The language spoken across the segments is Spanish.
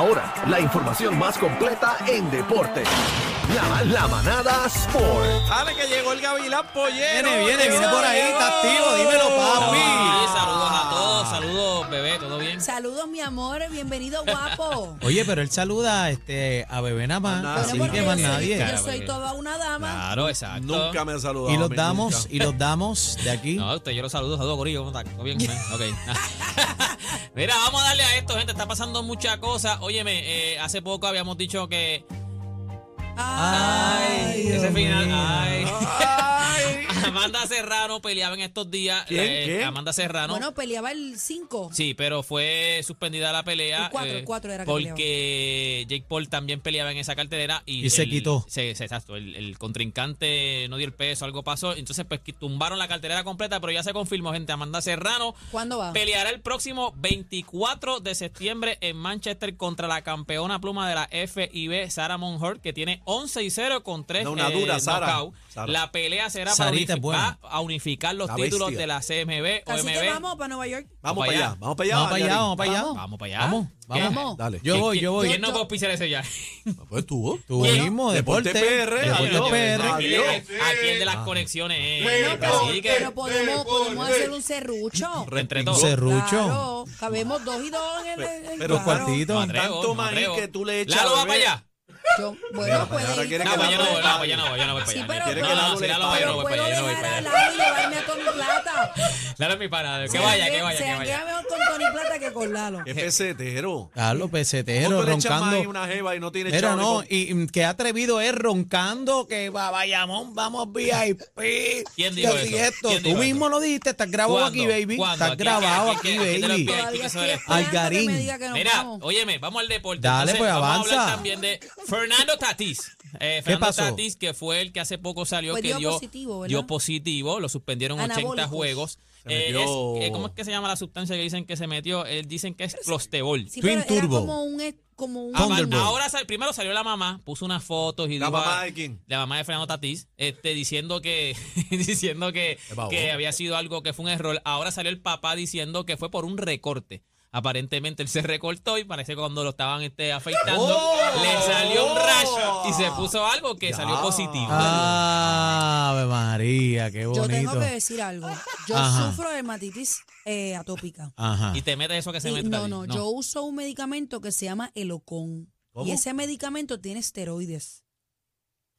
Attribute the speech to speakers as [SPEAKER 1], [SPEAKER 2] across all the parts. [SPEAKER 1] hora, la información más completa en deporte. La, la manada Sport.
[SPEAKER 2] Dale que llegó el Gavilán Pollero.
[SPEAKER 3] Viene, viene,
[SPEAKER 2] llegó,
[SPEAKER 3] viene por ahí,
[SPEAKER 2] llegó.
[SPEAKER 3] está activo, dímelo, papi.
[SPEAKER 4] Sí,
[SPEAKER 2] Ah.
[SPEAKER 4] saludos a todos, saludos, bebé, ¿todo bien?
[SPEAKER 5] Saludos, mi amor. Bienvenido, guapo.
[SPEAKER 3] Oye, pero él saluda este, a Bebé nada más,
[SPEAKER 2] nada,
[SPEAKER 3] así
[SPEAKER 5] Bueno, porque
[SPEAKER 3] que más
[SPEAKER 4] pues,
[SPEAKER 5] yo soy-
[SPEAKER 3] nadie.
[SPEAKER 5] Yo soy toda una dama.
[SPEAKER 4] Claro, exacto.
[SPEAKER 2] Nunca me ha saludado.
[SPEAKER 3] Y
[SPEAKER 2] a
[SPEAKER 3] los
[SPEAKER 2] mí,
[SPEAKER 3] damos,
[SPEAKER 2] nunca.
[SPEAKER 3] y los damos de aquí.
[SPEAKER 4] No, usted, yo los saludo, saludos, Corillo, ¿cómo está? ¿Todo bien? Ok. Mira, vamos a darle a esto, gente, está pasando mucha cosa. Óyeme, eh, hace poco habíamos dicho que...
[SPEAKER 5] Ay,
[SPEAKER 3] Ay,
[SPEAKER 4] ese
[SPEAKER 3] Dios
[SPEAKER 4] final,
[SPEAKER 3] mío.
[SPEAKER 4] ay.
[SPEAKER 2] Ay.
[SPEAKER 4] Amanda Serrano peleaba en estos días. eh,
[SPEAKER 2] ¿Quién? ¿Quién?
[SPEAKER 4] Amanda Serrano.
[SPEAKER 5] Bueno, peleaba el 5.
[SPEAKER 4] Sí, pero fue suspendida la pelea. eh,
[SPEAKER 5] El cuatro, el cuatro era que
[SPEAKER 4] Porque Jake Paul también peleaba en esa cartelera y,
[SPEAKER 3] Y se
[SPEAKER 4] el-
[SPEAKER 3] quitó.
[SPEAKER 4] se- se- exacto, el, el contrincante no dio el peso, algo pasó. Entonces, pues que tumbaron la cartelera completa, pero ya se confirmó, gente. Amanda Serrano
[SPEAKER 5] ¿Cuándo va?
[SPEAKER 4] peleará el próximo 24 de septiembre en Manchester contra la campeona pluma de la FIB, Sarah Monhort, que tiene 11 y 0 con 3
[SPEAKER 2] No, una dura, Sara. Sara.
[SPEAKER 4] La pelea será para
[SPEAKER 3] Sarita
[SPEAKER 4] unificar,
[SPEAKER 3] es buena.
[SPEAKER 4] a unificar los
[SPEAKER 2] La
[SPEAKER 4] títulos
[SPEAKER 2] bestia.
[SPEAKER 4] de la CMB,
[SPEAKER 5] Así
[SPEAKER 4] OMB.
[SPEAKER 5] que vamos para Nueva York.
[SPEAKER 2] Vamos para allá, vamos para allá.
[SPEAKER 3] Vamos para allá,
[SPEAKER 2] Yari.
[SPEAKER 3] vamos para allá.
[SPEAKER 4] Vamos para allá.
[SPEAKER 3] Vamos,
[SPEAKER 4] ¿Qué?
[SPEAKER 5] vamos.
[SPEAKER 2] Dale.
[SPEAKER 3] Yo voy, yo voy.
[SPEAKER 4] ¿Quién no auspiciar ese ya?
[SPEAKER 2] Pues tú.
[SPEAKER 3] Tú mismo,
[SPEAKER 2] Deporte
[SPEAKER 3] deporte.
[SPEAKER 2] PR,
[SPEAKER 3] Deporte
[SPEAKER 2] adiós.
[SPEAKER 3] PR.
[SPEAKER 2] Adiós.
[SPEAKER 4] Aquí el de las conexiones. eh,
[SPEAKER 5] Bueno, pero,
[SPEAKER 4] Así que,
[SPEAKER 5] pero podemos, podemos hacer un serrucho.
[SPEAKER 4] entre
[SPEAKER 3] Un
[SPEAKER 4] todos.
[SPEAKER 3] Serrucho.
[SPEAKER 5] Claro, cabemos dos y dos en el. en el-
[SPEAKER 2] Pero
[SPEAKER 5] claro.
[SPEAKER 3] cuartitos.
[SPEAKER 4] No atrevo,
[SPEAKER 2] Tanto
[SPEAKER 4] no
[SPEAKER 2] maíz
[SPEAKER 4] atrevo.
[SPEAKER 2] que tú le echas
[SPEAKER 4] Lalo va
[SPEAKER 2] al
[SPEAKER 4] para
[SPEAKER 2] bebé.
[SPEAKER 4] allá.
[SPEAKER 5] Yo- bueno,
[SPEAKER 2] pues, ahora
[SPEAKER 5] puede ir.
[SPEAKER 2] quiere
[SPEAKER 4] No,
[SPEAKER 2] que
[SPEAKER 4] pues yo no voy,
[SPEAKER 2] Lalo
[SPEAKER 4] no, pues yo no voy, yo no voy para
[SPEAKER 5] Sí,
[SPEAKER 4] allá.
[SPEAKER 5] pero-
[SPEAKER 4] Quiere que
[SPEAKER 5] pero-
[SPEAKER 4] Lalo le
[SPEAKER 2] pero
[SPEAKER 4] pague, yo no voy
[SPEAKER 5] Pero
[SPEAKER 4] para
[SPEAKER 5] puedo
[SPEAKER 4] allá, yo no voy
[SPEAKER 5] dejar
[SPEAKER 4] para
[SPEAKER 5] a
[SPEAKER 4] allá.
[SPEAKER 5] Lalo y llevarme a Tony Plata.
[SPEAKER 4] Lalo es mi pana, que
[SPEAKER 5] Se
[SPEAKER 4] vaya,
[SPEAKER 5] janguea-
[SPEAKER 4] que vaya,
[SPEAKER 5] Se
[SPEAKER 4] que vaya.
[SPEAKER 5] janguea mejor con Tony Plata que con Lalo.
[SPEAKER 2] Qué pesetero.
[SPEAKER 3] Carlos Pesetero,
[SPEAKER 2] ¿Cómo tú le echas maíz a
[SPEAKER 3] roncando.
[SPEAKER 2] una jeva y no tiene
[SPEAKER 3] Pero
[SPEAKER 2] chavo
[SPEAKER 3] no,
[SPEAKER 2] ni
[SPEAKER 3] y mm, qué atrevido es roncando que va Bayamón, vamos VIP.
[SPEAKER 4] ¿Quién dijo
[SPEAKER 3] Y
[SPEAKER 4] eso?
[SPEAKER 3] esto,
[SPEAKER 4] ¿Quién
[SPEAKER 3] tú
[SPEAKER 4] dijo
[SPEAKER 3] mismo lo dijiste, estás grabado
[SPEAKER 4] ¿Cuándo?
[SPEAKER 3] aquí, baby.
[SPEAKER 4] ¿Cuándo?
[SPEAKER 3] Estás
[SPEAKER 4] Aquí,
[SPEAKER 3] grabado
[SPEAKER 4] aquí,
[SPEAKER 3] aquí,
[SPEAKER 4] aquí, aquí te lo
[SPEAKER 3] baby.
[SPEAKER 4] envío.
[SPEAKER 5] Todavía
[SPEAKER 4] eso eres.
[SPEAKER 5] estoy esperando que
[SPEAKER 3] Algarín.
[SPEAKER 5] me diga que nos
[SPEAKER 4] Mira,
[SPEAKER 5] vamos.
[SPEAKER 4] óyeme, vamos al deporte.
[SPEAKER 3] Dale, pues,
[SPEAKER 4] vamos
[SPEAKER 3] avanza.
[SPEAKER 4] a hablar también de Fernando Tatis. Eh, Fernando
[SPEAKER 3] pasó?
[SPEAKER 4] Tatis, que fue el que hace poco salió,
[SPEAKER 5] Pues
[SPEAKER 4] que
[SPEAKER 5] dio
[SPEAKER 4] dio
[SPEAKER 5] positivo, ¿verdad?
[SPEAKER 4] dio positivo, lo suspendieron
[SPEAKER 5] Anabólicos.
[SPEAKER 4] 80 juegos.
[SPEAKER 2] Se
[SPEAKER 4] Eh,
[SPEAKER 2] metió-
[SPEAKER 4] es- eh, ¿Cómo es que se llama la sustancia que dicen que se metió? Eh, dicen que es clostebol.
[SPEAKER 5] Sí,
[SPEAKER 3] Twin
[SPEAKER 5] pero era
[SPEAKER 3] Turbo.
[SPEAKER 5] como un. es- Como un
[SPEAKER 4] Ah,
[SPEAKER 3] Thunderbolt.
[SPEAKER 4] van- Ahora sal- primero salió la mamá, puso unas fotos y
[SPEAKER 2] ¿La
[SPEAKER 4] dijo,
[SPEAKER 2] mamá
[SPEAKER 4] ah,
[SPEAKER 2] de quién?
[SPEAKER 4] La mamá de Fernando Tatís, este, diciendo que, diciendo que,
[SPEAKER 2] Qué pavor.
[SPEAKER 4] que había sido algo que fue un error. Ahora salió el papá diciendo que fue por un recorte. Aparentemente él se recortó y parece que cuando lo estaban este, afeitando
[SPEAKER 2] ¡Oh!
[SPEAKER 4] le salió un rash y se puso algo que
[SPEAKER 2] Ya.
[SPEAKER 4] salió positivo.
[SPEAKER 3] Ah. Ave María, qué
[SPEAKER 5] Yo
[SPEAKER 3] bonito.
[SPEAKER 5] tengo que decir algo. Yo
[SPEAKER 3] Ajá.
[SPEAKER 5] sufro de dermatitis eh, atópica.
[SPEAKER 3] Ajá.
[SPEAKER 4] Y te metes eso que Ah, se
[SPEAKER 5] Y
[SPEAKER 4] mete.
[SPEAKER 5] no,
[SPEAKER 4] Tati.
[SPEAKER 5] no, yo uso un medicamento que se llama Elocon. Y
[SPEAKER 2] ¿Cómo?
[SPEAKER 5] ese medicamento tiene esteroides.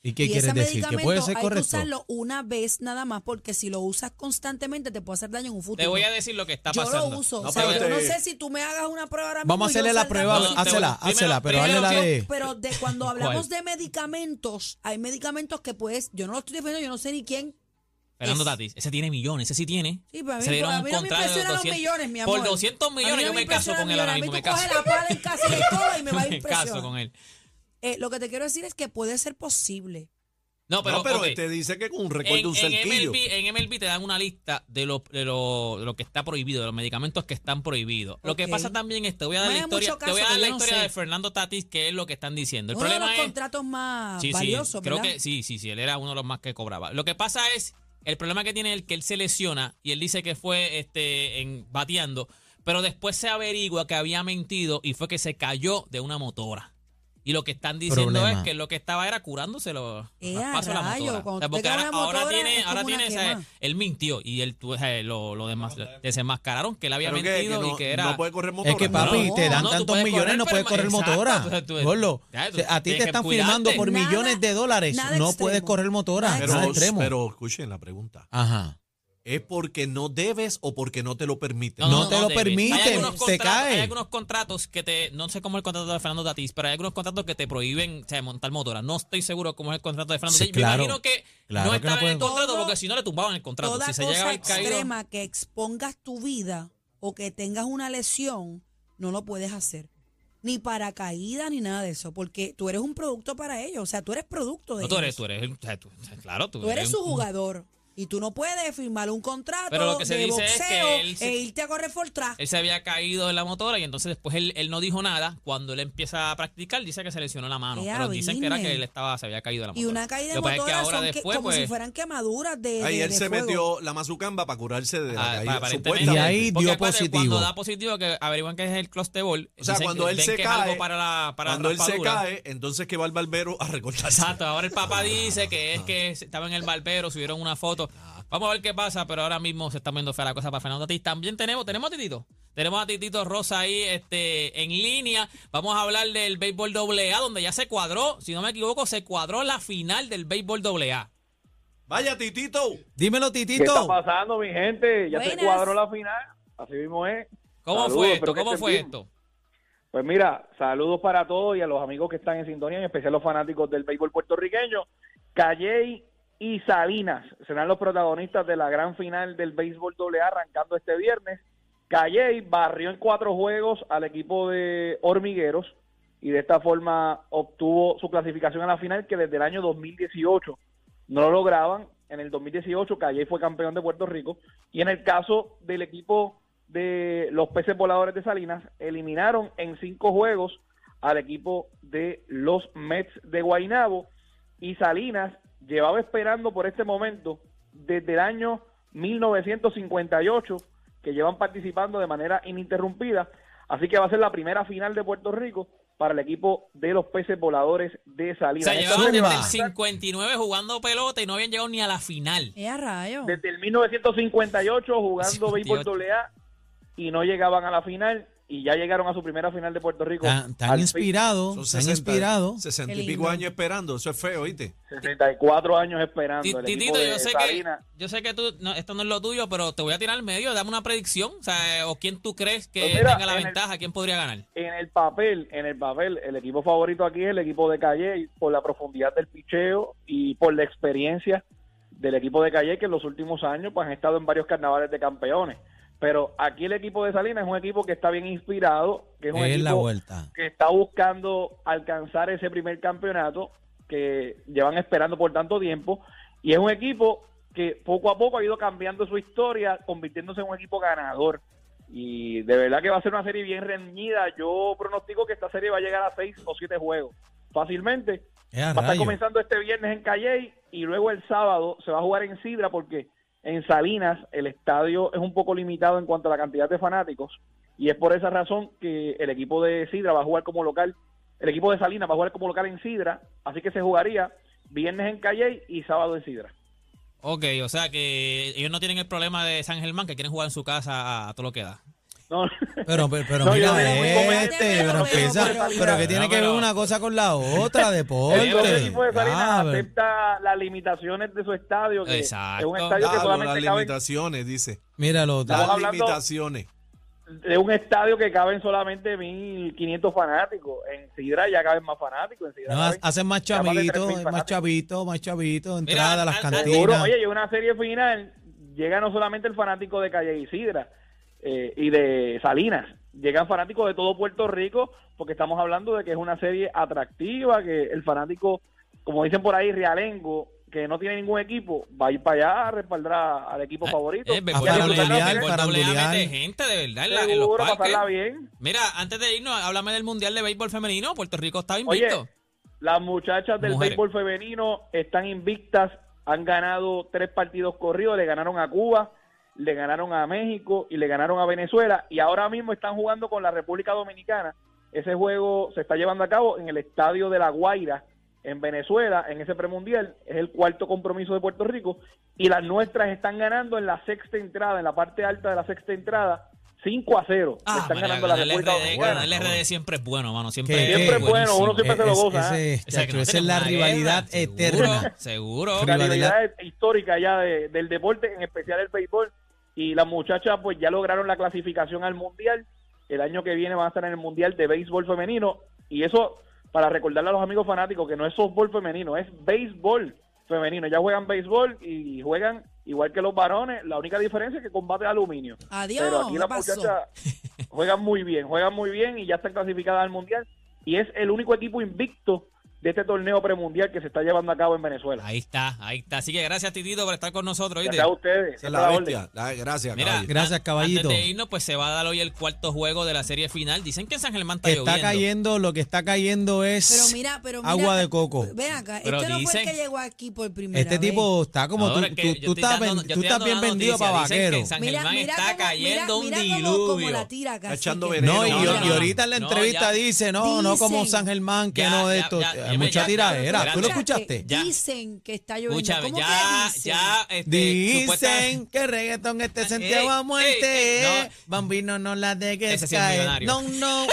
[SPEAKER 3] ¿Y qué
[SPEAKER 5] y ese
[SPEAKER 3] quieres decir? ¿Que
[SPEAKER 5] medicamento
[SPEAKER 3] puede ser
[SPEAKER 5] hay que
[SPEAKER 3] correcto?
[SPEAKER 5] usarlo una vez nada más porque si lo usas constantemente te puede hacer daño en un futuro.
[SPEAKER 4] Te voy a decir lo que está
[SPEAKER 5] yo
[SPEAKER 4] pasando.
[SPEAKER 5] lo uso.
[SPEAKER 2] No,
[SPEAKER 5] o sea,
[SPEAKER 2] pero
[SPEAKER 5] yo no
[SPEAKER 2] este-
[SPEAKER 5] sé si tú me hagas una prueba ahora mismo.
[SPEAKER 3] Vamos a
[SPEAKER 5] y yo
[SPEAKER 3] hacerle la
[SPEAKER 5] salga
[SPEAKER 3] prueba,
[SPEAKER 4] No,
[SPEAKER 5] positivo.
[SPEAKER 4] te voy-
[SPEAKER 3] hácela,
[SPEAKER 4] primero-
[SPEAKER 3] hácela, pero hazle
[SPEAKER 4] primero
[SPEAKER 3] la
[SPEAKER 4] yo-
[SPEAKER 3] de...
[SPEAKER 5] Pero de cuando hablamos de medicamentos, hay medicamentos que puedes, yo no lo estoy defendiendo, yo no sé ni quién.
[SPEAKER 4] Fernando
[SPEAKER 5] Es-
[SPEAKER 4] Tatis, ese tiene millones, ese sí tiene.
[SPEAKER 5] Sí, pero a mí,
[SPEAKER 4] Se le dieron
[SPEAKER 5] a
[SPEAKER 4] un
[SPEAKER 5] mí no me
[SPEAKER 4] contrato de
[SPEAKER 5] impresionan los
[SPEAKER 4] 200.
[SPEAKER 5] millones, mi amor.
[SPEAKER 4] Por 200 millones yo me caso con él ahora mismo, me
[SPEAKER 5] Coge
[SPEAKER 4] caso.
[SPEAKER 5] la pala en casa y le cola y me va a
[SPEAKER 4] Me caso
[SPEAKER 5] impresionar.
[SPEAKER 4] con él.
[SPEAKER 5] Eh, lo que te quiero decir es que puede ser posible.
[SPEAKER 4] No, pero,
[SPEAKER 2] No, pero
[SPEAKER 4] ok.
[SPEAKER 2] te dice que con un
[SPEAKER 4] en,
[SPEAKER 2] recuerdo un
[SPEAKER 4] en
[SPEAKER 2] cerquillo.
[SPEAKER 4] MLB, en MLB te dan una lista de lo, de, lo, de lo que está prohibido, de los medicamentos que están prohibidos. Lo que
[SPEAKER 5] Ok.
[SPEAKER 4] pasa también es, te voy a dar
[SPEAKER 5] No
[SPEAKER 4] la
[SPEAKER 5] hay
[SPEAKER 4] historia,
[SPEAKER 5] mucho
[SPEAKER 4] te voy a
[SPEAKER 5] caso
[SPEAKER 4] dar
[SPEAKER 5] que
[SPEAKER 4] la
[SPEAKER 5] yo no
[SPEAKER 4] historia
[SPEAKER 5] sé.
[SPEAKER 4] de Fernando Tatis, que es lo que están diciendo. El
[SPEAKER 5] Uno de los
[SPEAKER 4] problema es...
[SPEAKER 5] contratos más
[SPEAKER 4] Sí, sí,
[SPEAKER 5] valiosos,
[SPEAKER 4] creo
[SPEAKER 5] ¿verdad?
[SPEAKER 4] que sí, sí, sí, él era uno de los más que cobraba. Lo que pasa es, el problema que tiene es que él se lesiona y él dice que fue este en bateando, pero después se averigua que había mentido y fue que se cayó de una motora. Y lo que están diciendo
[SPEAKER 3] Problema.
[SPEAKER 4] es que lo que estaba era curándoselo
[SPEAKER 5] Eh,
[SPEAKER 4] los pasos de la
[SPEAKER 5] a rayos,
[SPEAKER 4] motora.
[SPEAKER 5] cuando
[SPEAKER 4] O sea,
[SPEAKER 5] te
[SPEAKER 4] porque
[SPEAKER 5] cae
[SPEAKER 4] ahora,
[SPEAKER 5] una
[SPEAKER 4] ahora
[SPEAKER 5] motora,
[SPEAKER 4] tiene,
[SPEAKER 5] es
[SPEAKER 4] ahora
[SPEAKER 5] como
[SPEAKER 4] tiene,
[SPEAKER 5] una
[SPEAKER 4] o sea,
[SPEAKER 5] quema.
[SPEAKER 4] él mintió y él tú, eh, lo, lo demás desenmascararon que él había
[SPEAKER 2] Pero que- que
[SPEAKER 4] mentido
[SPEAKER 2] no,
[SPEAKER 4] y que era
[SPEAKER 2] no puede correr motor.
[SPEAKER 3] Es que papi,
[SPEAKER 5] No,
[SPEAKER 3] te dan
[SPEAKER 4] no, tú
[SPEAKER 3] tantos
[SPEAKER 4] puedes
[SPEAKER 3] millones,
[SPEAKER 4] correr,
[SPEAKER 3] no puedes
[SPEAKER 4] pero-
[SPEAKER 3] correr
[SPEAKER 4] exacto,
[SPEAKER 3] motora.
[SPEAKER 4] o sea, tú-
[SPEAKER 3] Gordo,
[SPEAKER 4] Ya, tú
[SPEAKER 3] te- a ti
[SPEAKER 4] tienes
[SPEAKER 3] te
[SPEAKER 4] que
[SPEAKER 3] están
[SPEAKER 4] cuidarte.
[SPEAKER 3] firmando por
[SPEAKER 5] Nada,
[SPEAKER 3] millones de dólares.
[SPEAKER 5] nada
[SPEAKER 3] No
[SPEAKER 5] extremo.
[SPEAKER 3] puedes correr motora,
[SPEAKER 5] Nada
[SPEAKER 3] no es
[SPEAKER 2] pero,
[SPEAKER 3] extremo.
[SPEAKER 2] pero escuchen la pregunta.
[SPEAKER 3] Ajá.
[SPEAKER 2] ¿Es porque no debes o porque no te lo permiten?
[SPEAKER 3] No, te lo
[SPEAKER 4] debes.
[SPEAKER 3] permiten,
[SPEAKER 4] Hay algunos
[SPEAKER 3] te
[SPEAKER 4] contratos-
[SPEAKER 3] cae.
[SPEAKER 4] Hay algunos contratos que te. No sé cómo es el contrato de Fernando Tatís, pero hay algunos contratos que te prohíben o sea, montar motora. No estoy seguro cómo es el contrato de Fernando
[SPEAKER 3] Sí,
[SPEAKER 4] Tatís.
[SPEAKER 3] claro,
[SPEAKER 4] Me imagino que
[SPEAKER 3] claro
[SPEAKER 4] no
[SPEAKER 3] que
[SPEAKER 4] estaba
[SPEAKER 3] no
[SPEAKER 4] en el
[SPEAKER 3] pueden.
[SPEAKER 4] contrato
[SPEAKER 5] Todo-
[SPEAKER 4] porque si no le tumbaban el contrato.
[SPEAKER 5] Toda
[SPEAKER 4] si se llega a
[SPEAKER 5] cosa
[SPEAKER 4] haber caído.
[SPEAKER 5] extrema que expongas tu vida o que tengas una lesión, no lo puedes hacer. Ni paracaídas ni nada de eso, porque tú eres un producto para ellos. O sea, tú eres producto de
[SPEAKER 4] No, tú
[SPEAKER 5] ellos.
[SPEAKER 4] eres, tú eres, o sea, tú- o sea, claro, tú,
[SPEAKER 5] Tú eres
[SPEAKER 4] eres
[SPEAKER 5] su
[SPEAKER 4] un-
[SPEAKER 5] jugador. Y tú no puedes firmar un contrato
[SPEAKER 4] Pero lo que se
[SPEAKER 5] de
[SPEAKER 4] dice es que
[SPEAKER 5] boxeo
[SPEAKER 4] él se-
[SPEAKER 5] e irte a correr for track.
[SPEAKER 4] Él se había caído de la motora y entonces después él, él no dijo nada. Cuando él empieza a practicar, dice que se lesionó la mano.
[SPEAKER 5] Ea,
[SPEAKER 4] pero dicen que era
[SPEAKER 5] Vine.
[SPEAKER 4] que él estaba, se había caído de la motora.
[SPEAKER 5] Y una caída de
[SPEAKER 4] Lo que pasa es que
[SPEAKER 5] motora
[SPEAKER 4] ahora
[SPEAKER 5] son que-
[SPEAKER 4] después,
[SPEAKER 5] como si
[SPEAKER 4] pues,
[SPEAKER 5] fueran quemaduras de, de-
[SPEAKER 2] Ayer
[SPEAKER 5] de
[SPEAKER 2] se
[SPEAKER 5] fuego.
[SPEAKER 2] metió la mazucamba para curarse de la
[SPEAKER 4] Ah,
[SPEAKER 2] caída,
[SPEAKER 4] aparentemente.
[SPEAKER 2] supuestamente.
[SPEAKER 3] Y ahí
[SPEAKER 4] Porque
[SPEAKER 3] dio
[SPEAKER 4] acuérdate,
[SPEAKER 3] positivo.
[SPEAKER 4] Cuando da positivo, que averiguan que es el clusterball.
[SPEAKER 2] O sea,
[SPEAKER 4] Eh, dicen
[SPEAKER 2] cuando
[SPEAKER 4] que-
[SPEAKER 2] él
[SPEAKER 4] ven
[SPEAKER 2] se
[SPEAKER 4] que es
[SPEAKER 2] cae,
[SPEAKER 4] algo para la, para
[SPEAKER 2] Cuando él se
[SPEAKER 4] raspadura.
[SPEAKER 2] cae, entonces que va al barbero a recortarse.
[SPEAKER 4] Exacto, ahora el papá dice que es que
[SPEAKER 2] Ah.
[SPEAKER 4] estaba en el barbero, subieron una foto. Vamos a ver qué pasa, pero ahora mismo se está viendo fea la cosa para Fernando Tatís. También tenemos, tenemos a Titito. Tenemos a Titito Rosa ahí este, en línea. Vamos a hablar del béisbol AA, donde ya se cuadró, si no me equivoco, se cuadró la final del béisbol AA.
[SPEAKER 2] Vaya, Titito.
[SPEAKER 3] Dímelo,
[SPEAKER 6] ¿Qué está
[SPEAKER 3] Titito.
[SPEAKER 6] pasando, mi gente? Ya
[SPEAKER 5] Buenas.
[SPEAKER 6] se cuadró la final. Así mismo es.
[SPEAKER 4] ¿Cómo
[SPEAKER 6] Saludos,
[SPEAKER 4] fue
[SPEAKER 6] espero
[SPEAKER 4] esto?
[SPEAKER 6] que
[SPEAKER 4] ¿Cómo
[SPEAKER 6] estén
[SPEAKER 4] fue
[SPEAKER 6] bien.
[SPEAKER 4] esto?
[SPEAKER 6] Pues mira, saludos para todos y a los amigos que están en sintonía, en especial los fanáticos del béisbol puertorriqueño. Calley y Salinas serán los protagonistas de la gran final del béisbol doble arrancando este viernes. Calley barrió en cuatro juegos al equipo de Hormigueros y de esta forma obtuvo su clasificación a la final que desde el año 2018 no lo lograban. En el 2018 Calley fue campeón de Puerto Rico y en el caso del equipo de los peces voladores de Salinas eliminaron en cinco juegos al equipo de los Mets de Guaynabo y Salinas llevaba esperando por este momento desde el año 1958 que llevan participando de manera ininterrumpida, así que va a ser la primera final de Puerto Rico para el equipo de los peces voladores de
[SPEAKER 4] O
[SPEAKER 6] Salinas.
[SPEAKER 4] sea,
[SPEAKER 6] Esta
[SPEAKER 4] llevaban desde
[SPEAKER 3] Zumba.
[SPEAKER 4] el 59 jugando pelota y no habían llegado ni a la final.
[SPEAKER 5] ¡Eh, a rayo!
[SPEAKER 6] desde el 1958 jugando
[SPEAKER 4] 58.
[SPEAKER 6] béisbol doble A y no llegaban a la final y ya llegaron a su primera final de Puerto Rico.
[SPEAKER 4] Ah.
[SPEAKER 3] Tan, Ah, tan
[SPEAKER 6] Al fin,
[SPEAKER 2] Son
[SPEAKER 3] inspirado, tan
[SPEAKER 2] 60,
[SPEAKER 3] inspirado.
[SPEAKER 2] 60
[SPEAKER 5] Qué
[SPEAKER 2] y
[SPEAKER 5] lindo.
[SPEAKER 2] pico años esperando. Eso es feo, ¿oíste?
[SPEAKER 6] 64 años esperando.
[SPEAKER 4] Ti-
[SPEAKER 6] el equipo
[SPEAKER 4] Titito,
[SPEAKER 6] de
[SPEAKER 4] yo sé, que,
[SPEAKER 6] Salinas.
[SPEAKER 4] yo sé que tú, no, esto no es lo tuyo, pero te voy a tirar al medio, dame una predicción, o, sea, eh, o quién tú crees que
[SPEAKER 6] Pues mira,
[SPEAKER 4] tenga la
[SPEAKER 6] en el-
[SPEAKER 4] ventaja, quién podría ganar.
[SPEAKER 6] En el papel, en el papel, el equipo favorito aquí es el equipo de Calle por la profundidad del picheo y por la experiencia del equipo de Calle que en los últimos años pues, han estado en varios carnavales de campeones. Pero aquí el equipo de Salinas es un equipo que está bien inspirado, que es un
[SPEAKER 3] Es la
[SPEAKER 6] equipo
[SPEAKER 3] vuelta.
[SPEAKER 6] que está buscando alcanzar ese primer campeonato que llevan esperando por tanto tiempo y es un equipo que poco a poco ha ido cambiando su historia, convirtiéndose en un equipo ganador. Y de verdad que va a ser una serie bien reñida. Yo pronostico que esta serie va a llegar a seis o siete juegos fácilmente.
[SPEAKER 3] Es a
[SPEAKER 6] Va a estar
[SPEAKER 3] rayo.
[SPEAKER 6] comenzando este viernes en Calley y luego el sábado se va a jugar en Sidra porque en Salinas el estadio es un poco limitado en cuanto a la cantidad de fanáticos y es por esa razón que el equipo de Sidra va a jugar como local, el equipo de Salinas va a jugar como local en Sidra, así que se jugaría viernes en Calley y sábado en Sidra.
[SPEAKER 4] Ok, o sea que ellos no tienen el problema de San Germán, que quieren jugar en su casa a, a todo lo que da.
[SPEAKER 6] No,
[SPEAKER 3] Pero, pero, pero
[SPEAKER 6] No,
[SPEAKER 3] mira
[SPEAKER 6] yo no me comenté,
[SPEAKER 3] este,
[SPEAKER 5] pero-
[SPEAKER 3] pero,
[SPEAKER 5] pero-
[SPEAKER 3] piensa,
[SPEAKER 5] pero-
[SPEAKER 3] pero que tiene
[SPEAKER 4] No,
[SPEAKER 3] que ver
[SPEAKER 4] pero-
[SPEAKER 3] una cosa con la otra,
[SPEAKER 6] Entonces,
[SPEAKER 3] deporte.
[SPEAKER 6] el equipo de Salinas
[SPEAKER 3] Ah, pero-
[SPEAKER 6] acepta las limitaciones de su estadio, que es
[SPEAKER 4] Exacto.
[SPEAKER 6] un estadio que
[SPEAKER 2] Claro, las
[SPEAKER 6] solamente cabe en
[SPEAKER 2] limitaciones, dice.
[SPEAKER 3] Míralo,
[SPEAKER 2] Las
[SPEAKER 6] hablando-
[SPEAKER 2] limitaciones.
[SPEAKER 6] de un estadio que caben solamente 1.500 fanáticos. En Sidra ya caben más fanáticos. En Sidra
[SPEAKER 3] no,
[SPEAKER 6] caben-
[SPEAKER 3] hacen más
[SPEAKER 6] ya más de 3.000
[SPEAKER 3] chavitos, más
[SPEAKER 6] fanáticos.
[SPEAKER 3] chavitos, más chavitos,
[SPEAKER 4] Mira,
[SPEAKER 3] entrada a las
[SPEAKER 4] al- al-
[SPEAKER 6] Seguro,
[SPEAKER 3] cantinas.
[SPEAKER 6] oye, llega una serie final, llega no solamente el fanático de Calle y Sidra eh, y de Salinas, llegan fanáticos de todo Puerto Rico porque estamos hablando de que es una serie atractiva, que el fanático, como dicen por ahí, realengo, que no tiene ningún equipo, va a ir para allá, respaldar al equipo favorito.
[SPEAKER 4] Eh,
[SPEAKER 6] Y
[SPEAKER 4] béisbol
[SPEAKER 6] así
[SPEAKER 3] para
[SPEAKER 4] doble A,
[SPEAKER 6] disfrutar
[SPEAKER 3] farandulear,
[SPEAKER 6] lo
[SPEAKER 4] béisbol doble A
[SPEAKER 3] farandulear.
[SPEAKER 4] mete gente, de verdad, en,
[SPEAKER 6] que-
[SPEAKER 4] la- en los
[SPEAKER 6] seguro,
[SPEAKER 4] parques.
[SPEAKER 6] pasarla bien.
[SPEAKER 4] Mira, antes de irnos, háblame del Mundial de Béisbol Femenino, Puerto Rico estaba
[SPEAKER 6] Oye,
[SPEAKER 4] invicto.
[SPEAKER 6] las muchachas del
[SPEAKER 4] Mujeres.
[SPEAKER 6] béisbol femenino están invictas, han ganado tres partidos corridos, le ganaron a Cuba, le ganaron a México y le ganaron a Venezuela y ahora mismo están jugando con la República Dominicana. Ese juego se está llevando a cabo en el estadio de La Guaira, en Venezuela, en ese premundial. Es el cuarto compromiso de Puerto Rico y las nuestras están ganando en la sexta entrada, en la parte alta de la sexta entrada, 5 a 0.
[SPEAKER 4] Ah,
[SPEAKER 6] están
[SPEAKER 4] María,
[SPEAKER 6] ganando a la
[SPEAKER 4] ganarle
[SPEAKER 6] República
[SPEAKER 4] RD,
[SPEAKER 6] Dominicana.
[SPEAKER 4] ganarle RD siempre es bueno, mano. Siempre,
[SPEAKER 3] Que-
[SPEAKER 6] Siempre es bueno, uno siempre se lo
[SPEAKER 3] Es-
[SPEAKER 6] goza,
[SPEAKER 3] ese-
[SPEAKER 4] O sea, que
[SPEAKER 3] chacho, esa
[SPEAKER 4] no
[SPEAKER 3] es
[SPEAKER 4] tenemos
[SPEAKER 3] la
[SPEAKER 4] una
[SPEAKER 3] rivalidad
[SPEAKER 4] guerra,
[SPEAKER 3] eterna.
[SPEAKER 4] Seguro. seguro.
[SPEAKER 6] la
[SPEAKER 3] rivalidad.
[SPEAKER 6] rivalidad histórica ya de- del deporte, en especial el béisbol. Y las muchachas pues ya lograron la clasificación al Mundial. El año que viene van a estar en el Mundial de Béisbol Femenino. Y eso, para recordarle a los amigos fanáticos, que no es softball femenino, es béisbol femenino. Ya juegan béisbol y juegan igual que los varones. La única diferencia es que combate aluminio.
[SPEAKER 5] Adiós,
[SPEAKER 6] Pero aquí
[SPEAKER 5] ¿qué
[SPEAKER 6] las
[SPEAKER 5] pasó?
[SPEAKER 6] muchachas juegan muy bien, juegan muy bien y ya están clasificadas al Mundial. Y es el único equipo invicto de este torneo premundial que se está llevando a cabo en Venezuela.
[SPEAKER 4] Ahí está, ahí está. Así que gracias, Titito, por estar con nosotros. ¿oíste?
[SPEAKER 6] Gracias a
[SPEAKER 2] Esa
[SPEAKER 6] ustedes. esta
[SPEAKER 2] es
[SPEAKER 6] es
[SPEAKER 2] la
[SPEAKER 6] la
[SPEAKER 2] bestia. La- gracias,
[SPEAKER 4] Mira,
[SPEAKER 2] caballito.
[SPEAKER 3] Gracias,
[SPEAKER 4] an-
[SPEAKER 3] caballito.
[SPEAKER 4] Antes de irnos, pues se va a dar hoy el cuarto juego de la serie final. Dicen que en San Germán está,
[SPEAKER 3] Está
[SPEAKER 4] lloviendo.
[SPEAKER 3] cayendo, lo que está cayendo es
[SPEAKER 5] Pero mira, pero mira,
[SPEAKER 3] agua de coco.
[SPEAKER 5] Ven acá,
[SPEAKER 4] Pero
[SPEAKER 5] este no fue el
[SPEAKER 4] dicen-
[SPEAKER 5] que llegó aquí por primera
[SPEAKER 3] Este
[SPEAKER 5] vez.
[SPEAKER 3] tipo está como
[SPEAKER 4] No,
[SPEAKER 3] tú,
[SPEAKER 4] es que
[SPEAKER 3] tú-
[SPEAKER 4] yo
[SPEAKER 3] tú
[SPEAKER 4] estoy
[SPEAKER 3] estás,
[SPEAKER 4] dando-
[SPEAKER 3] ven-
[SPEAKER 4] yo
[SPEAKER 3] tú
[SPEAKER 4] estoy
[SPEAKER 3] estás
[SPEAKER 4] dando
[SPEAKER 3] bien
[SPEAKER 4] una
[SPEAKER 3] vendido
[SPEAKER 4] noticia.
[SPEAKER 3] para
[SPEAKER 4] Dicen que
[SPEAKER 3] vaquero.
[SPEAKER 4] en San Germán está
[SPEAKER 5] cómo-
[SPEAKER 4] cayendo
[SPEAKER 5] mira, mira
[SPEAKER 4] un
[SPEAKER 5] cómo- cómo
[SPEAKER 4] diluvio.
[SPEAKER 5] la tira, cacique.
[SPEAKER 2] echando veneno.
[SPEAKER 3] No, y,
[SPEAKER 2] No,
[SPEAKER 3] yo-
[SPEAKER 2] no,
[SPEAKER 3] y
[SPEAKER 2] no.
[SPEAKER 3] ahorita en la
[SPEAKER 4] No,
[SPEAKER 3] entrevista
[SPEAKER 4] ya.
[SPEAKER 3] dice, no, no como
[SPEAKER 5] Dicen.
[SPEAKER 3] San Germán, que
[SPEAKER 4] Ya,
[SPEAKER 3] no de
[SPEAKER 4] ya,
[SPEAKER 3] esto.
[SPEAKER 4] ya,
[SPEAKER 3] Hay
[SPEAKER 4] ya, ya,
[SPEAKER 3] mucha
[SPEAKER 4] ya,
[SPEAKER 3] tiradera. ¿Tú lo
[SPEAKER 4] espérate.
[SPEAKER 3] escuchaste?
[SPEAKER 4] eh, Ya.
[SPEAKER 5] Dicen que está lloviendo.
[SPEAKER 4] Escúchame,
[SPEAKER 5] ¿Cómo
[SPEAKER 4] ya,
[SPEAKER 5] que dicen?
[SPEAKER 4] ya. Este,
[SPEAKER 3] Dicen
[SPEAKER 4] supuesta-
[SPEAKER 3] que reggaetón este
[SPEAKER 4] Eh,
[SPEAKER 3] Santiago
[SPEAKER 4] eh,
[SPEAKER 3] a muerte.
[SPEAKER 4] eh,
[SPEAKER 3] Bambino no la de que
[SPEAKER 4] Ese sí es millonario.
[SPEAKER 3] No, no.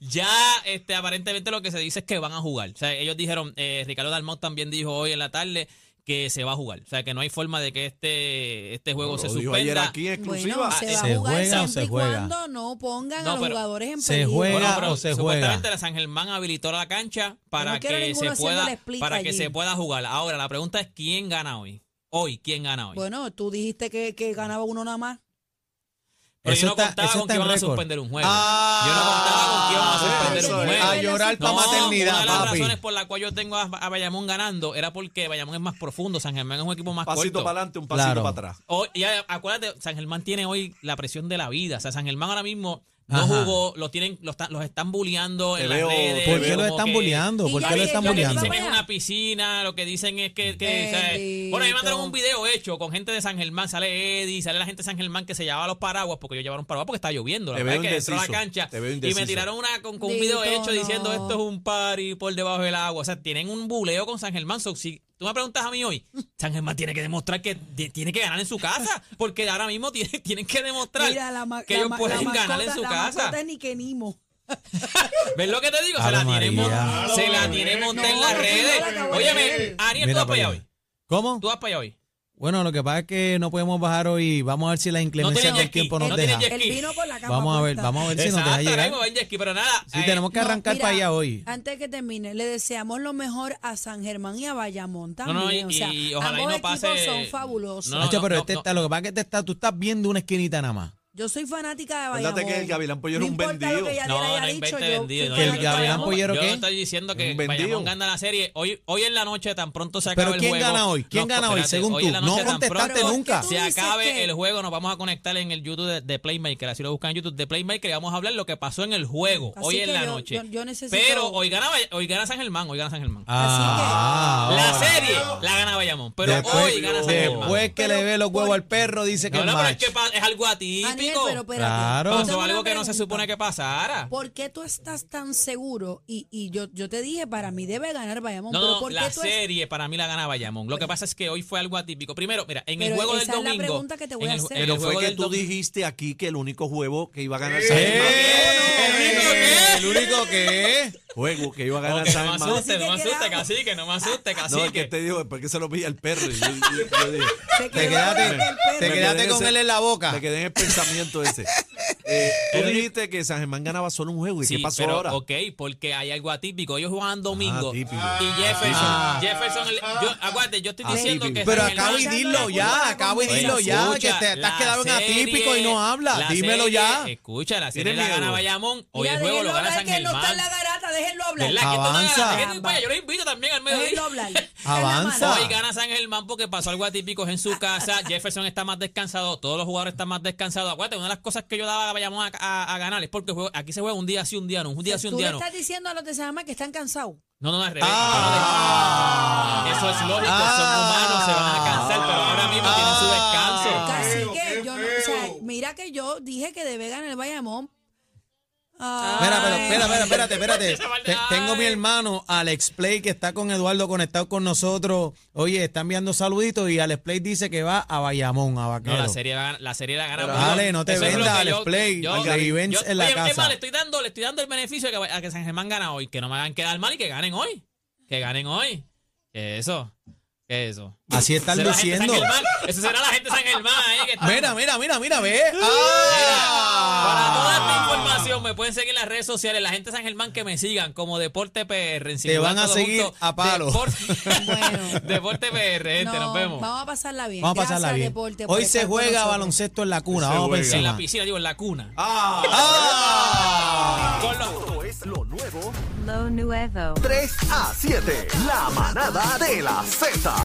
[SPEAKER 4] Ya, este, aparentemente lo que se dice es que van a jugar. O sea, ellos dijeron, eh, Ricardo Dalmau también dijo hoy en la tarde que se va a jugar. O sea, que no hay forma de que este, este juego se
[SPEAKER 2] Lo dijo
[SPEAKER 4] suspenda.
[SPEAKER 2] ayer aquí en exclusiva.
[SPEAKER 5] Bueno,
[SPEAKER 4] Ah, eh,
[SPEAKER 5] se va
[SPEAKER 3] Se
[SPEAKER 5] a jugar
[SPEAKER 3] juega o
[SPEAKER 5] siempre
[SPEAKER 3] se
[SPEAKER 5] y
[SPEAKER 3] juega.
[SPEAKER 5] cuando no pongan
[SPEAKER 4] No,
[SPEAKER 5] a los
[SPEAKER 4] pero
[SPEAKER 5] jugadores en
[SPEAKER 3] se
[SPEAKER 5] peligro.
[SPEAKER 3] juega.
[SPEAKER 4] Bueno, pero
[SPEAKER 3] o se
[SPEAKER 4] supuestamente
[SPEAKER 3] juega?
[SPEAKER 4] la San Germán habilitó la cancha para
[SPEAKER 5] No quiero
[SPEAKER 4] que
[SPEAKER 5] ninguno
[SPEAKER 4] se
[SPEAKER 5] haciéndole
[SPEAKER 4] pueda
[SPEAKER 5] split
[SPEAKER 4] para que
[SPEAKER 5] allí.
[SPEAKER 4] se pueda jugar. Ahora la pregunta es quién gana hoy. Hoy quién gana hoy.
[SPEAKER 5] Bueno, tú dijiste que, que ganaba uno nada más.
[SPEAKER 4] Pero
[SPEAKER 3] Eso
[SPEAKER 4] yo no
[SPEAKER 3] está-
[SPEAKER 4] contaba
[SPEAKER 3] eso
[SPEAKER 4] con
[SPEAKER 3] está
[SPEAKER 4] que
[SPEAKER 3] en
[SPEAKER 4] iban a
[SPEAKER 3] récord.
[SPEAKER 4] suspender un juego.
[SPEAKER 3] Ah,
[SPEAKER 4] yo no contaba con que iban a
[SPEAKER 2] Ah, eso
[SPEAKER 4] suspender un
[SPEAKER 2] es.
[SPEAKER 4] juego.
[SPEAKER 3] A llorar para
[SPEAKER 4] No,
[SPEAKER 3] maternidad,
[SPEAKER 4] una de las
[SPEAKER 3] papi.
[SPEAKER 4] razones por la cual yo tengo a, a Bayamón ganando era porque Bayamón es más profundo, San Germán es un equipo más
[SPEAKER 2] pasito
[SPEAKER 4] corto.
[SPEAKER 2] para adelante, un pasito
[SPEAKER 3] Claro.
[SPEAKER 2] para atrás.
[SPEAKER 4] Hoy- y a- acuérdate, San Germán tiene hoy la presión de la vida. O sea, San Germán ahora mismo no
[SPEAKER 3] Ajá.
[SPEAKER 4] jugó, lo tienen, lo está- los están bulleando
[SPEAKER 2] Te
[SPEAKER 4] en
[SPEAKER 2] veo-
[SPEAKER 4] las redes.
[SPEAKER 2] te
[SPEAKER 3] ¿Por qué
[SPEAKER 2] veo
[SPEAKER 3] lo
[SPEAKER 4] como
[SPEAKER 3] están
[SPEAKER 4] que-
[SPEAKER 3] bulleando?
[SPEAKER 5] Y
[SPEAKER 3] ¿Por
[SPEAKER 5] ya
[SPEAKER 3] qué lo
[SPEAKER 5] que-
[SPEAKER 3] están
[SPEAKER 5] ya
[SPEAKER 4] lo que
[SPEAKER 3] bulleando?
[SPEAKER 4] dicen
[SPEAKER 5] Vamos
[SPEAKER 4] es
[SPEAKER 5] allá.
[SPEAKER 4] una piscina, lo que dicen es que... que, o sea,
[SPEAKER 5] Bendito.
[SPEAKER 4] bueno, ahí mandaron un video hecho con gente de San Germán, sale Eddie, sale la gente de San Germán que se llevaba los paraguas, porque ellos llevaron paraguas porque estaba lloviendo. La
[SPEAKER 2] Te
[SPEAKER 4] verdad
[SPEAKER 2] veo
[SPEAKER 4] es que entró a la
[SPEAKER 2] indeciso,
[SPEAKER 4] cancha
[SPEAKER 2] te veo
[SPEAKER 4] y
[SPEAKER 2] indeciso.
[SPEAKER 4] me tiraron una con, con un video
[SPEAKER 5] Bendito,
[SPEAKER 4] hecho diciendo
[SPEAKER 5] no.
[SPEAKER 4] esto es un party por debajo del agua. O sea, tienen un buleo con San Germán. So, si tú me preguntas a mí hoy, San Germán tiene que demostrar que de- tiene que ganar en su casa, porque ahora mismo tiene- tienen que demostrar
[SPEAKER 5] Mira, la ma-
[SPEAKER 4] que
[SPEAKER 5] la
[SPEAKER 4] ellos
[SPEAKER 5] ma- la
[SPEAKER 4] pueden ganar en
[SPEAKER 5] mascota-
[SPEAKER 4] su
[SPEAKER 5] la
[SPEAKER 4] casa.
[SPEAKER 5] mascota es ni que Nimo.
[SPEAKER 4] ¿Ves lo que te digo? Se
[SPEAKER 3] Ave
[SPEAKER 4] la tiene,
[SPEAKER 3] María.
[SPEAKER 4] mon- se la tiene montada en
[SPEAKER 5] No,
[SPEAKER 4] las
[SPEAKER 5] no,
[SPEAKER 4] redes.
[SPEAKER 5] no la acabo de
[SPEAKER 4] Óyeme,
[SPEAKER 5] ver.
[SPEAKER 4] Ariel, tú
[SPEAKER 3] Mira
[SPEAKER 4] vas para allá
[SPEAKER 3] para
[SPEAKER 4] hoy.
[SPEAKER 3] allá. ¿Cómo?
[SPEAKER 4] Tú vas para allá hoy.
[SPEAKER 3] Bueno, lo que pasa es que no podemos bajar hoy. Vamos a ver si las inclemencias
[SPEAKER 4] tiene jet
[SPEAKER 3] del
[SPEAKER 4] ski,
[SPEAKER 3] tiempo nos
[SPEAKER 4] no tiene
[SPEAKER 3] deja.
[SPEAKER 4] jet
[SPEAKER 5] Él
[SPEAKER 4] Aquí.
[SPEAKER 5] Este vino con la cama
[SPEAKER 3] Vamos a ver,
[SPEAKER 5] puesta.
[SPEAKER 3] vamos a ver si nos
[SPEAKER 4] Exacto,
[SPEAKER 3] deja
[SPEAKER 4] ahora
[SPEAKER 3] llegar.
[SPEAKER 4] mismo va en jet ski, pero nada.
[SPEAKER 3] Sí,
[SPEAKER 4] eh,
[SPEAKER 3] tenemos que
[SPEAKER 5] No,
[SPEAKER 3] arrancar
[SPEAKER 5] mira,
[SPEAKER 3] para allá hoy.
[SPEAKER 5] Antes que termine, le deseamos lo mejor a San Germán y a Bayamón
[SPEAKER 4] no,
[SPEAKER 5] también.
[SPEAKER 4] no, y,
[SPEAKER 5] o sea,
[SPEAKER 4] y ojalá y
[SPEAKER 5] ambos
[SPEAKER 4] no pase.
[SPEAKER 5] equipos son fabulosos.
[SPEAKER 4] No,
[SPEAKER 3] Hacho,
[SPEAKER 4] no,
[SPEAKER 3] pero
[SPEAKER 4] no,
[SPEAKER 3] este
[SPEAKER 4] no.
[SPEAKER 3] está- lo que pasa es que este está, tú estás viendo una esquinita nada más.
[SPEAKER 5] Yo soy fanática de Bayamón.
[SPEAKER 2] Acuérdate que el Gavilán Pollero es un
[SPEAKER 5] importa lo
[SPEAKER 2] vendido.
[SPEAKER 5] que Yadira
[SPEAKER 4] No,
[SPEAKER 5] haya
[SPEAKER 4] no
[SPEAKER 5] dicho,
[SPEAKER 4] inventes
[SPEAKER 5] yo
[SPEAKER 4] vendido.
[SPEAKER 5] soy
[SPEAKER 4] no,
[SPEAKER 3] Que el
[SPEAKER 5] fanática de
[SPEAKER 3] Gavilán
[SPEAKER 5] Bayamón.
[SPEAKER 3] Pollero,
[SPEAKER 4] Yo
[SPEAKER 3] ¿qué?
[SPEAKER 4] no estoy diciendo que
[SPEAKER 2] Un vendido.
[SPEAKER 4] Bayamón gana la serie. Hoy, hoy en la noche tan pronto se acaba
[SPEAKER 3] Pero
[SPEAKER 4] el
[SPEAKER 3] ¿quién
[SPEAKER 4] juego.
[SPEAKER 3] gana hoy? ¿Quién
[SPEAKER 4] No,
[SPEAKER 3] gana hoy,
[SPEAKER 4] espérate,
[SPEAKER 3] según
[SPEAKER 4] en
[SPEAKER 3] tú?
[SPEAKER 4] la
[SPEAKER 3] No
[SPEAKER 4] noche tan
[SPEAKER 3] contestaste
[SPEAKER 4] pronto-
[SPEAKER 3] nunca.
[SPEAKER 5] Tú
[SPEAKER 4] se
[SPEAKER 5] dices
[SPEAKER 4] acabe
[SPEAKER 5] que-
[SPEAKER 4] el juego, nos vamos a conectar en el YouTube de, de Playmaker. Así lo buscan en YouTube de Playmaker y vamos a hablar lo que pasó en el juego
[SPEAKER 5] Así
[SPEAKER 4] hoy en
[SPEAKER 5] que
[SPEAKER 4] la
[SPEAKER 5] yo-
[SPEAKER 4] noche.
[SPEAKER 5] yo- yo necesito-
[SPEAKER 4] Pero hoy gana, Bay- hoy gana San Germán, hoy gana San Germán.
[SPEAKER 3] Ah,
[SPEAKER 4] la
[SPEAKER 3] ahora.
[SPEAKER 4] serie la gana Bayamón, pero
[SPEAKER 3] después,
[SPEAKER 4] hoy gana San Germán.
[SPEAKER 3] después que le ve los huevos al perro, dice que
[SPEAKER 4] no,
[SPEAKER 3] es
[SPEAKER 4] no, pero es
[SPEAKER 3] match.
[SPEAKER 4] que pa- es algo atípico.
[SPEAKER 5] Daniel, pero espérate.
[SPEAKER 3] Claro.
[SPEAKER 5] Yo
[SPEAKER 4] Pasó
[SPEAKER 5] tengo una
[SPEAKER 4] algo que no se
[SPEAKER 5] pregunta.
[SPEAKER 4] supone que pasara.
[SPEAKER 5] ¿Por qué tú estás tan seguro? Y, y yo, yo te dije, para mí debe ganar Bayamón.
[SPEAKER 4] No,
[SPEAKER 5] pero
[SPEAKER 4] no,
[SPEAKER 5] ¿por qué
[SPEAKER 4] la
[SPEAKER 5] tú es-
[SPEAKER 4] serie para mí la gana Bayamón. Lo que pasa es que hoy fue algo atípico. Primero, mira, en el
[SPEAKER 5] Pero
[SPEAKER 4] juego del
[SPEAKER 5] esa es la
[SPEAKER 4] domingo.
[SPEAKER 5] pregunta que te voy
[SPEAKER 4] en
[SPEAKER 5] a
[SPEAKER 4] el-
[SPEAKER 5] hacer.
[SPEAKER 4] en el
[SPEAKER 2] Pero fue
[SPEAKER 4] juego
[SPEAKER 2] que
[SPEAKER 4] del
[SPEAKER 2] tú
[SPEAKER 4] dom-
[SPEAKER 2] dijiste aquí que el único juego que iba a ganar San Germán
[SPEAKER 3] ¡Eh!
[SPEAKER 4] El
[SPEAKER 3] El único que
[SPEAKER 2] juego que iba a
[SPEAKER 4] Ok,
[SPEAKER 2] ganar
[SPEAKER 4] no me
[SPEAKER 2] San Germán.
[SPEAKER 4] asuste, no me
[SPEAKER 5] Así
[SPEAKER 4] asuste,
[SPEAKER 5] que quedamos. Ah.
[SPEAKER 4] cacique, no me asuste,
[SPEAKER 2] No, es que
[SPEAKER 4] cacique.
[SPEAKER 2] te digo, porque se lo pilla el perro. Y yo- yo- yo dije,
[SPEAKER 5] Se
[SPEAKER 3] te
[SPEAKER 5] quedó
[SPEAKER 3] quedaste,
[SPEAKER 5] con el perro.
[SPEAKER 3] te
[SPEAKER 2] Me
[SPEAKER 3] quedaste
[SPEAKER 2] quedé en
[SPEAKER 3] con
[SPEAKER 2] ese-
[SPEAKER 3] él en la boca.
[SPEAKER 2] me quedé en el pensamiento ese. Eh, tú dijiste que San Germán ganaba solo un juego. ¿Y
[SPEAKER 4] Sí,
[SPEAKER 2] qué pasó
[SPEAKER 4] pero,
[SPEAKER 2] ahora? Ah,
[SPEAKER 4] Ok, porque hay algo atípico. Ellos juegan domingo. y
[SPEAKER 2] atípico. Ah,
[SPEAKER 4] Jefferson. Jefferson. le- Yo, aguante, yo estoy diciendo
[SPEAKER 2] Atípico.
[SPEAKER 4] que.
[SPEAKER 3] Pero
[SPEAKER 4] San
[SPEAKER 3] acabo y
[SPEAKER 4] Germán-
[SPEAKER 3] dilo ya, acabo y
[SPEAKER 4] Oye,
[SPEAKER 3] dilo ya, que
[SPEAKER 4] escucha,
[SPEAKER 3] te, te has
[SPEAKER 4] la
[SPEAKER 3] quedado en
[SPEAKER 4] serie-
[SPEAKER 3] atípico y no habla.
[SPEAKER 4] la
[SPEAKER 3] Dímelo
[SPEAKER 4] serie-
[SPEAKER 3] ya.
[SPEAKER 4] Escucha, la serie
[SPEAKER 2] Tiene
[SPEAKER 4] la
[SPEAKER 2] miedo.
[SPEAKER 4] gana Bayamón. Hoy
[SPEAKER 5] Mira,
[SPEAKER 4] el juego lo
[SPEAKER 5] déjenlo
[SPEAKER 4] gana
[SPEAKER 5] hablar,
[SPEAKER 4] San
[SPEAKER 5] que él no está en la
[SPEAKER 4] Germán.
[SPEAKER 5] garata, déjenlo hablar.
[SPEAKER 4] ¿Verdad? Que esto no gana,
[SPEAKER 3] Avanza.
[SPEAKER 4] déjenlo, vaya, Yo lo invito también al
[SPEAKER 5] Déjenlo
[SPEAKER 4] mediodía.
[SPEAKER 5] hablar. Está en la
[SPEAKER 3] Avanza.
[SPEAKER 5] mano.
[SPEAKER 4] Hoy gana San Germán porque pasó algo atípico es en su casa. Jefferson está más descansado. Todos los jugadores están más descansados. Acuérdate, una de las cosas que yo daba a Bayamón a, a- a ganar es porque juego- aquí se juega un día sí, un día no. Un día sí, un
[SPEAKER 5] Tú le
[SPEAKER 4] día no.
[SPEAKER 5] estás diciendo a los de San Germán que están cansados.
[SPEAKER 4] No, no, no, al revés.
[SPEAKER 3] Ah.
[SPEAKER 4] Eso es lógico.
[SPEAKER 3] Ah.
[SPEAKER 4] son humanos, se van a cansar, pero ahora mismo tienen su descanso.
[SPEAKER 5] Casi
[SPEAKER 7] feo,
[SPEAKER 5] que
[SPEAKER 7] qué
[SPEAKER 5] yo no, o sea,
[SPEAKER 7] feo.
[SPEAKER 5] mira que yo dije que debe ganar el Bayamón. Ah,
[SPEAKER 3] Espera, pero, espera, espera, espérate, espérate.
[SPEAKER 4] Esa maldad.
[SPEAKER 3] Te- tengo mi hermano Alex Play que está con Eduardo conectado con nosotros. Oye, está enviando saluditos y Alex Play dice que va a Bayamón, a
[SPEAKER 4] No,
[SPEAKER 3] Vaquero.
[SPEAKER 4] la serie la, gana- la serie la gana.
[SPEAKER 2] Pero,
[SPEAKER 4] Bayamón.
[SPEAKER 3] Ale, no te
[SPEAKER 4] Eso es lo
[SPEAKER 3] vendas,
[SPEAKER 4] que
[SPEAKER 3] Alex Play, al Garibens en la
[SPEAKER 4] oye, es
[SPEAKER 3] casa.
[SPEAKER 4] más, le estoy dando, le estoy dando el beneficio de que, a que San Germán gana hoy, que no me hagan quedar mal y que ganen hoy. Que ganen hoy. ¿Qué es eso? ¿Qué es eso?
[SPEAKER 3] Así están
[SPEAKER 4] Será la gente de
[SPEAKER 3] diciendo.
[SPEAKER 4] San Germán. Eso será la gente de San Germán ahí que está-
[SPEAKER 3] Mira, mira, mira, mira, ve.
[SPEAKER 4] Para toda
[SPEAKER 3] Ah.
[SPEAKER 4] esta información me pueden seguir en las redes sociales, la gente de San Germán que me sigan como Deporte PR. En singular,
[SPEAKER 3] van a
[SPEAKER 4] todo
[SPEAKER 3] seguir a palo.
[SPEAKER 4] Deporte,
[SPEAKER 5] Bueno.
[SPEAKER 4] Deporte PR, gente,
[SPEAKER 5] no,
[SPEAKER 4] nos vemos.
[SPEAKER 5] Vamos a pasarla bien.
[SPEAKER 3] Vamos a pasarla
[SPEAKER 5] Gracias,
[SPEAKER 3] bien.
[SPEAKER 5] Deporte, por
[SPEAKER 3] Hoy se
[SPEAKER 5] estar con
[SPEAKER 3] juega
[SPEAKER 5] nosotros.
[SPEAKER 3] baloncesto en la
[SPEAKER 2] Hoy
[SPEAKER 3] cuna.
[SPEAKER 2] se
[SPEAKER 3] Vamos por
[SPEAKER 2] juega.
[SPEAKER 4] En la
[SPEAKER 3] encima.
[SPEAKER 4] piscina, digo, en la cuna.
[SPEAKER 2] Ah.
[SPEAKER 3] Ah.
[SPEAKER 4] Con los-
[SPEAKER 1] Esto es Lo nuevo
[SPEAKER 7] Lo nuevo.
[SPEAKER 1] 3 a 7. La manada de la Z.